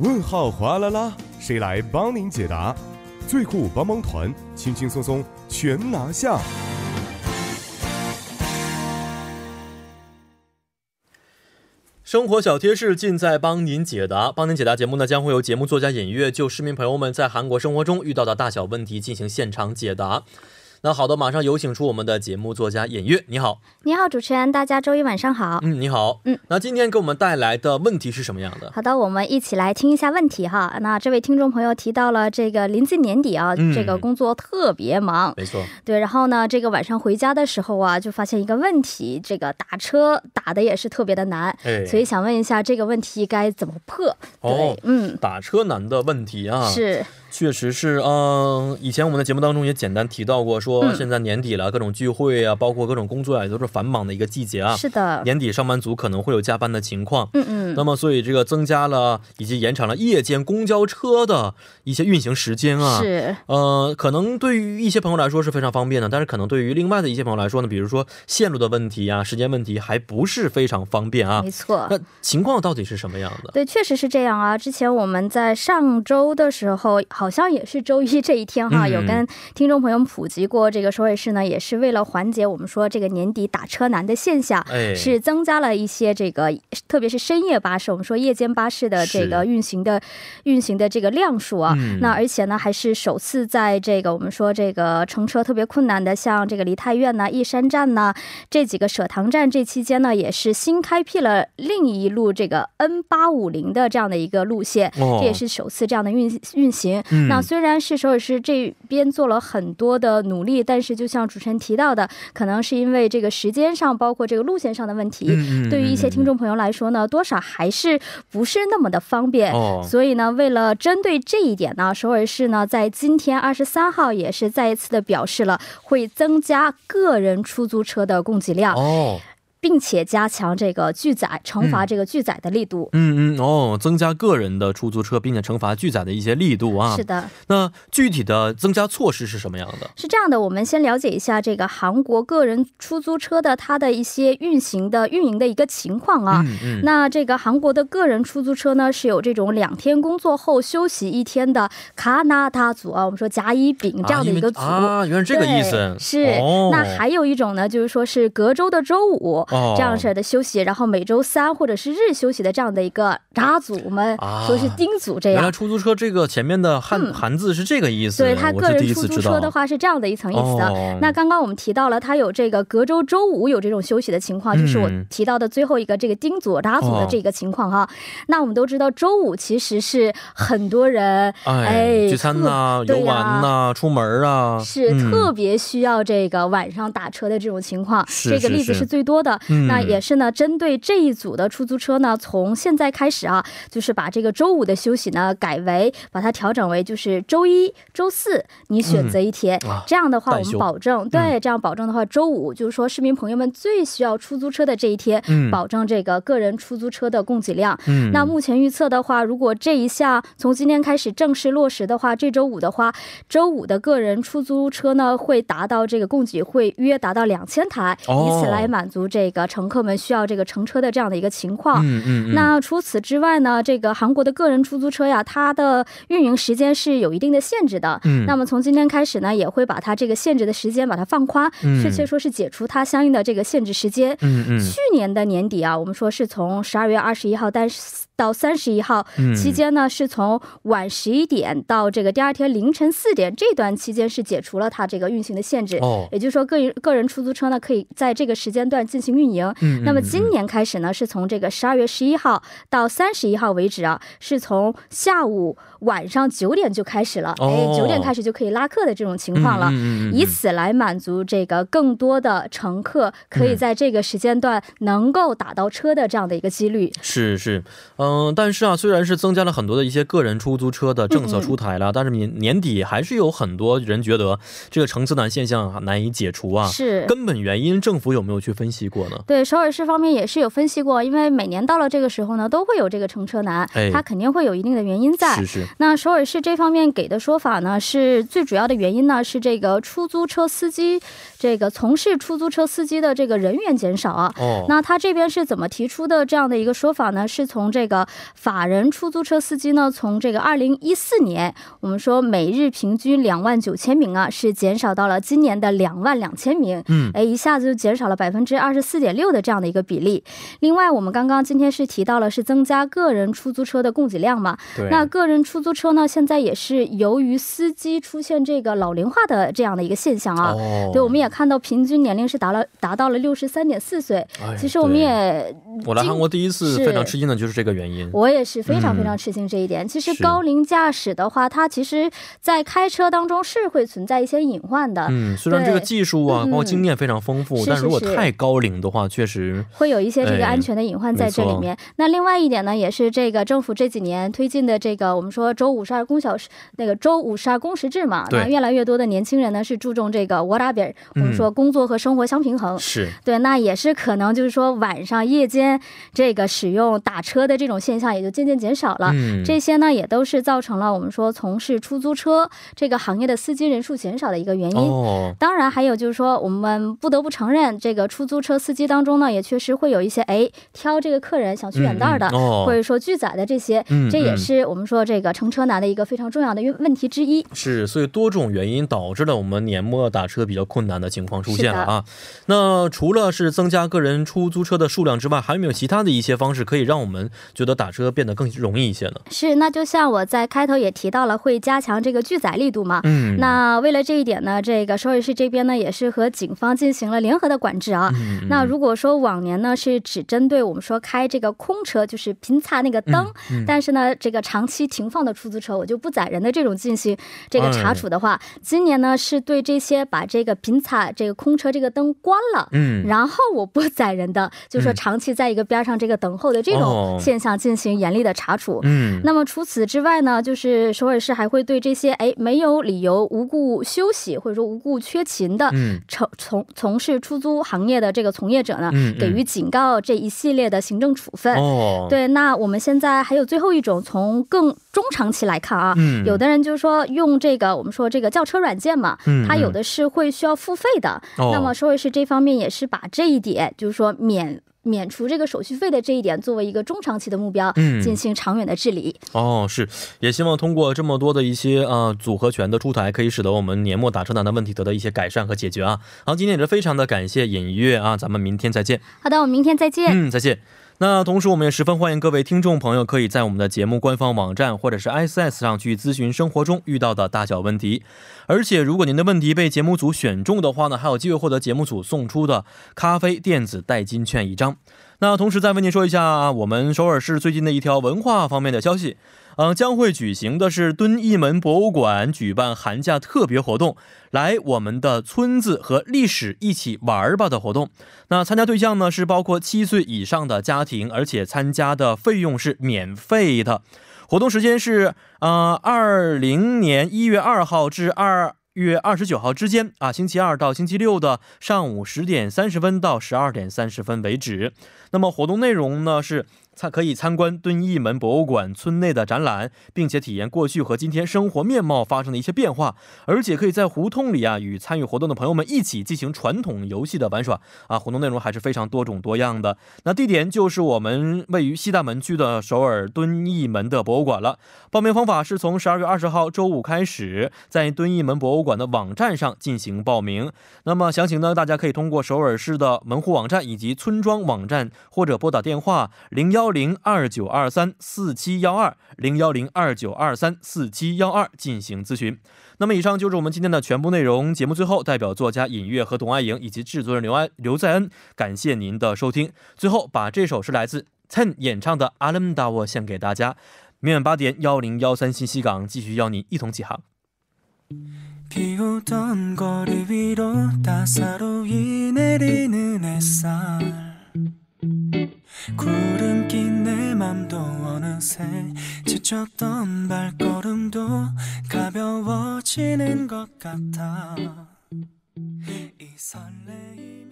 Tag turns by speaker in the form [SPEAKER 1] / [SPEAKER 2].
[SPEAKER 1] 问号哗啦啦，谁来帮您解答？最酷帮帮团，轻轻松松全拿下。
[SPEAKER 2] 生活小贴士尽在帮您解答。帮您解答节目呢，将会由节目作家尹月就市民朋友们在韩国生活中遇到的大小问题进行现场解答。那好的，马上有请出我们的节目作家尹月，你好，
[SPEAKER 3] 你好，主持人，大家周一晚上好。
[SPEAKER 2] 嗯，你好，
[SPEAKER 3] 嗯，
[SPEAKER 2] 那今天给我们带来的问题是什么样的？
[SPEAKER 3] 好的，我们一起来听一下问题哈。那这位听众朋友提到了这个临近年底啊，
[SPEAKER 2] 嗯
[SPEAKER 3] 这个工作特别忙，
[SPEAKER 2] 没错，
[SPEAKER 3] 对，然后呢，这个晚上回家的时候啊，就发现一个问题，这个打车打的也是特别的难，
[SPEAKER 2] 哎，
[SPEAKER 3] 所以想问一下这个问题该怎么破？对，
[SPEAKER 2] 哦
[SPEAKER 3] 嗯，
[SPEAKER 2] 打车难的问题啊，
[SPEAKER 3] 是，
[SPEAKER 2] 确实是，嗯、以前我们的节目当中也简单提到过，说
[SPEAKER 3] 嗯
[SPEAKER 2] 现在年底了，各种聚会啊，包括各种工作啊，也都是繁忙的一个季节啊。
[SPEAKER 3] 是的，
[SPEAKER 2] 年底上班族可能会有加班的情况，
[SPEAKER 3] 嗯
[SPEAKER 2] 那
[SPEAKER 3] 嗯，
[SPEAKER 2] 么所以这个增加了以及延长了夜间公交车的一些运行时间啊。。
[SPEAKER 3] 是，
[SPEAKER 2] 呃，可能对于一些朋友来说是非常方便的，但是可能对于另外的一些朋友来说呢，比如说线路的问题啊、时间问题，还不是非常方便啊
[SPEAKER 3] 没。错。
[SPEAKER 2] 那情况到底是什么样的？
[SPEAKER 3] 对，确实是这样啊。之前我们在上周的时候，好像也是周一这一天哈，
[SPEAKER 2] 嗯
[SPEAKER 3] 有跟听众朋友们普及过这个首尔市呢，也是为了缓解我们说这个年底打车难的现象。
[SPEAKER 2] 哎，
[SPEAKER 3] 是增加了一些这个，特别是深夜巴士，我们说夜间巴士的这个
[SPEAKER 2] 是
[SPEAKER 3] 运行的运行的这个量数啊。
[SPEAKER 2] 嗯
[SPEAKER 3] 那而且呢，还是首次在这个我们说这个乘车特别困难的，像这个梨泰院呐、义山站呐、这几个舍堂站，这期间呢也是新开辟了另一路这个 N 八五零的这样的一个路线，
[SPEAKER 2] 哦
[SPEAKER 3] 这也是首次这样的运运行。
[SPEAKER 2] 嗯
[SPEAKER 3] 那虽然是首尔市这边做了很多的努力，但是就像主持人提到的，可能是因为这个时间上，包括这个路线上的问题，
[SPEAKER 2] 嗯嗯
[SPEAKER 3] 对于一些
[SPEAKER 2] 嗯
[SPEAKER 3] 听众朋友来说呢，多少还是不是那么的方便。
[SPEAKER 2] 哦
[SPEAKER 3] 所以呢，为了针对这一点呢，首尔市呢在今天二十三号也是再一次的表示了会增加个人出租车的供给量，
[SPEAKER 2] 哦，
[SPEAKER 3] 并且加强这个拒载惩罚
[SPEAKER 2] 嗯
[SPEAKER 3] 这个拒载的力度。
[SPEAKER 2] 嗯嗯哦，增加个人的出租车，并且惩罚拒载的一些力度啊。
[SPEAKER 3] 是。的，
[SPEAKER 2] 那具体的增加措施是什么样的？
[SPEAKER 3] 是这样的，我们先了解一下这个韩国个人出租车的它的一些运行的运营的一个情况啊。
[SPEAKER 2] 嗯嗯，
[SPEAKER 3] 那这个韩国的个人出租车呢，是有这种两天工作后休息一天的卡纳达组啊，我们说甲乙丙这样的一个组。
[SPEAKER 2] 啊因为，啊原来这个意思
[SPEAKER 3] 对是、
[SPEAKER 2] 哦、
[SPEAKER 3] 那还有一种呢，就是说是隔周的周五、
[SPEAKER 2] 哦
[SPEAKER 3] 这样式的休息，然后每周三或者是日休息的这样的一个扎组，我们
[SPEAKER 2] 啊
[SPEAKER 3] 说是丁组这
[SPEAKER 2] 原
[SPEAKER 3] 样。
[SPEAKER 2] 来出租车这个前面的汉、韩字是这个意思，
[SPEAKER 3] 嗯对他
[SPEAKER 2] 我
[SPEAKER 3] 个
[SPEAKER 2] 是第
[SPEAKER 3] 人
[SPEAKER 2] 一
[SPEAKER 3] 出
[SPEAKER 2] 次
[SPEAKER 3] 租
[SPEAKER 2] 知
[SPEAKER 3] 车
[SPEAKER 2] 道
[SPEAKER 3] 的话是这样的一层意思的。
[SPEAKER 2] 哦
[SPEAKER 3] 那刚刚我们提到了，它有这个隔周周五有这种休息的情况，
[SPEAKER 2] 嗯
[SPEAKER 3] 就是我提到的最后一个这个丁组、拉组的
[SPEAKER 2] 哦
[SPEAKER 3] 这个情况哈、那我们都知道，周五其实是很多人
[SPEAKER 2] 哎，
[SPEAKER 3] 哎
[SPEAKER 2] 聚餐呐、
[SPEAKER 3] 特
[SPEAKER 2] 游玩呐、出门啊，
[SPEAKER 3] 是
[SPEAKER 2] 嗯
[SPEAKER 3] 特别需要这个晚上打车的这种情况，
[SPEAKER 2] 是
[SPEAKER 3] 这个例
[SPEAKER 2] 是
[SPEAKER 3] 子
[SPEAKER 2] 是
[SPEAKER 3] 是最多的。
[SPEAKER 2] 嗯
[SPEAKER 3] 那也是呢，针对这一组的出租车呢，从现在开始啊，就是把这个周五的休息呢改为把它调整为就是周一、周四你选择一天，
[SPEAKER 2] 啊
[SPEAKER 3] 这样的话
[SPEAKER 2] 代
[SPEAKER 3] 我
[SPEAKER 2] 休嗯
[SPEAKER 3] 们保证对，这样保证的话，周五就是说市民朋友们最需要出租车的这一天，
[SPEAKER 2] 嗯
[SPEAKER 3] 保证这个个人出租车的供给量。
[SPEAKER 2] 嗯，
[SPEAKER 3] 那目前预测的话，如果这一项从今天开始正式落实的话，这周五的话，周五的个人出租车呢会达到这个供给会约达到两千台，
[SPEAKER 2] 哦
[SPEAKER 3] 以此来满足这个乘客们需要这个乘车的这样的一个情况。
[SPEAKER 2] 嗯嗯嗯，
[SPEAKER 3] 那除此之外呢，这个韩国的个人出租车呀，它的运营时间是有一定的限制的。
[SPEAKER 2] 嗯
[SPEAKER 3] 那么从今天开始呢，也会把它这个限制的时间把它放宽，
[SPEAKER 2] 嗯
[SPEAKER 3] 确切说是解除它相应的这个限制时间。
[SPEAKER 2] 嗯嗯
[SPEAKER 3] 去年的年底啊，我们说是从十二月二十一号但是到三十一号
[SPEAKER 2] 嗯
[SPEAKER 3] 期间呢，是从晚十一点到这个第二天凌晨四点这段期间是解除了它这个运行的限制。
[SPEAKER 2] 哦，
[SPEAKER 3] 也就是说，个人个人出租车呢，可以在这个时间段进行运营。
[SPEAKER 2] 嗯，
[SPEAKER 3] 那么
[SPEAKER 2] 嗯
[SPEAKER 3] 今年开始呢，是从这个十二月十一号到三十一号为止啊，是从下午晚上九点就开始了，
[SPEAKER 2] 哦
[SPEAKER 3] 哎，九点开始就可以拉客的这种情况了。
[SPEAKER 2] 嗯嗯嗯嗯嗯
[SPEAKER 3] 以此来满足这个更多的乘客可
[SPEAKER 2] 嗯
[SPEAKER 3] 以在这个时间段能够打到车的这样的一个几率。
[SPEAKER 2] 是是，嗯、但是啊，虽然是增加了很多的一些个人出租车的政策
[SPEAKER 3] 嗯嗯
[SPEAKER 2] 出台了，但是年年底还是有很多人觉得这个乘次难现象啊难以解除啊。
[SPEAKER 3] 是。
[SPEAKER 2] 根本原因，政府有没有去分析过呢？
[SPEAKER 3] 对首尔市方面也是有分析过，因为每年到了这个时候呢，都会有这个乘车难
[SPEAKER 2] 哎，
[SPEAKER 3] 它肯定会有一定的原因在。
[SPEAKER 2] 是是，
[SPEAKER 3] 那首尔市这方面给的说法呢，是最主要的原因呢是这个出租车司机，这个从事出租车司机的这个人员减少啊。
[SPEAKER 2] 哦，
[SPEAKER 3] 那他这边是怎么提出的这样的一个说法呢？是从这个个法人出租车司机呢，从这个二零一四年，我们说每日平均两万九千名啊，是减少到了今年的两万两千名，
[SPEAKER 2] 嗯，
[SPEAKER 3] 哎，一下子就减少了百分之二十四点六的这样的一个比例。另外，我们刚刚今天是提到了是增加个人出租车的供给量嘛，
[SPEAKER 2] 对，
[SPEAKER 3] 那个人出租车呢，现在也是由于司机出现这个老龄化的这样的一个现象啊。
[SPEAKER 2] 哦，
[SPEAKER 3] 对，我们也看到平均年龄是达了达到了六十三点四岁。
[SPEAKER 2] 哎
[SPEAKER 3] 其实我们
[SPEAKER 2] 对
[SPEAKER 3] 也
[SPEAKER 2] 我来韩国第一次
[SPEAKER 3] 是
[SPEAKER 2] 非常吃惊的就是这个原因。
[SPEAKER 3] 我也是非
[SPEAKER 2] 嗯
[SPEAKER 3] 常非常吃惊这一点。其实
[SPEAKER 2] 是
[SPEAKER 3] 高龄驾驶的话，它其实在开车当中是会存在一些隐患的，
[SPEAKER 2] 嗯，虽然这个
[SPEAKER 3] 对
[SPEAKER 2] 技术啊，
[SPEAKER 3] 嗯
[SPEAKER 2] 包括经验非常丰富，
[SPEAKER 3] 是
[SPEAKER 2] 但
[SPEAKER 3] 是
[SPEAKER 2] 如果
[SPEAKER 3] 是
[SPEAKER 2] 太高龄的话，确实
[SPEAKER 3] 会有一些这个
[SPEAKER 2] 哎
[SPEAKER 3] 安全的隐患在这里面。那另外一点呢，也是这个政府这几年推进的这个我们说周五十二工小时那个周五十二工时制嘛，
[SPEAKER 2] 对嗯
[SPEAKER 3] 那越来越多的年轻人呢是注重这个 what a b e r 我们说工作和生活相平衡。
[SPEAKER 2] 是
[SPEAKER 3] 对，那也是可能就是说晚上夜间这个使用打车的这种现象也就渐渐减少了。
[SPEAKER 2] 嗯，
[SPEAKER 3] 啊这些呢，也都是造成了我们说从事出租车这个行业的司机人数减少的一个原因。
[SPEAKER 2] 哦，
[SPEAKER 3] 当然，还有就是说，我们不得不承认，这个出租车司机当中呢，也确实会有一些哎挑这个客人想去远道的，
[SPEAKER 2] 嗯嗯哦
[SPEAKER 3] 或者说拒载的这些，
[SPEAKER 2] 嗯
[SPEAKER 3] 这也
[SPEAKER 2] 嗯
[SPEAKER 3] 是我们说这个乘车难的一个非常重要的问问题之一。
[SPEAKER 2] 是，所以多种原因导致了我们年末打车比较困难的情况出现了啊。那除了是增加个人出租车的数量之外，还有没有其他的一些方式可以让我们觉得打车变得更容易一些呢？
[SPEAKER 3] 是，那就像我在开头也提到了，会加强这个拒载力度嘛。
[SPEAKER 2] 嗯，
[SPEAKER 3] 那为了这一点呢，这个首尔市这边呢也是和警方进行了联合的管制啊。
[SPEAKER 2] 嗯
[SPEAKER 3] 那如果说往年呢是只针对我们说开这个空车，就是平擦那个灯、
[SPEAKER 2] 嗯
[SPEAKER 3] 但是呢这个长期停放的出租车，我就不载人的这种进行这个查处的话，
[SPEAKER 2] 哎
[SPEAKER 3] 今年呢是对这些把这个平擦这个空车这个灯关了。
[SPEAKER 2] 嗯，
[SPEAKER 3] 然后我不载人的，就说长期在一个边上这个等候的这
[SPEAKER 2] 哦
[SPEAKER 3] 种现象进行严厉的查处。
[SPEAKER 2] 嗯，
[SPEAKER 3] 那么除此之外呢，就是首尔市还会对这些哎没有理由无故休息或者说无故缺勤的
[SPEAKER 2] 嗯
[SPEAKER 3] 从从从事出租行业的这个从业者呢，
[SPEAKER 2] 嗯嗯
[SPEAKER 3] 给予警告这一系列的行政处分。
[SPEAKER 2] 哦，，
[SPEAKER 3] 对，那我们现在还有最后一种，从更中长期来看啊，
[SPEAKER 2] 嗯
[SPEAKER 3] 有的人就是说用这个我们说这个轿车软件嘛，
[SPEAKER 2] 嗯
[SPEAKER 3] 它有
[SPEAKER 2] 嗯
[SPEAKER 3] 的是会需要付费的。
[SPEAKER 2] 哦
[SPEAKER 3] 那么首尔市这方面也是把这一点，就是说免免除这个手续费的这一点作为一个中长期的目标，
[SPEAKER 2] 嗯
[SPEAKER 3] 进行长远的治理。
[SPEAKER 2] 哦，是，也希望通过这么多的一些啊、呃组合拳的出台，可以使得我们年末打车难的问题得到一些改善和解决啊。好，今天也是非常的感谢尹月啊，咱们明天再见。
[SPEAKER 3] 好的，我们明天再见。
[SPEAKER 2] 嗯，再见。那同时，我们也十分欢迎各位听众朋友可以在我们的节目官方网站或者是 ICS 上去咨询生活中遇到的大小问题。而且，如果您的问题被节目组选中的话呢，还有机会获得节目组送出的咖啡电子代金券一张。那同时再为您说一下啊我们首尔市最近的一条文化方面的消息。嗯，将会举行的是敦义门博物馆举办寒假特别活动，来我们的村子和历史一起玩儿吧的活动。那参加对象呢是包括七岁以上的家庭，而且参加的费用是免费的。活动时间是呃二零年一月二号至二月二十九号之间啊，星期二到星期六的上午十点三十分到十二点三十分为止。那么活动内容呢是。参可以参观敦义门博物馆村内的展览，并且体验过去和今天生活面貌发生的一些变化，而且可以在胡同里啊与参与活动的朋友们一起进行传统游戏的玩耍，啊，活动内容还是非常多种多样的。那地点就是我们位于西大门区的首尔敦义门的博物馆了。报名方法是从十二月二十号周五开始，在敦义门博物馆的网站上进行报名。那么详情呢，大家可以通过首尔市的门户网站以及村庄网站，或者拨打电话零幺零二九二三四七幺二零幺零二九二三四七幺二进行咨询。那么以上就是我们今天的全部内容。节目最后，代表作家尹月和董爱莹以及制作人刘安刘在恩，感谢您的收听。最后，把这首是来自 Ten 演唱的《阿lâm达沃》献给大家。明晚八点幺零幺三信息港继续邀您一同起航。
[SPEAKER 4] 비오던 거리 위로 따사로이 내리는 햇살 구름 낀 내 맘도 어느새 지쳤던 발걸음도 가벼워지는 것 같아 이 설레임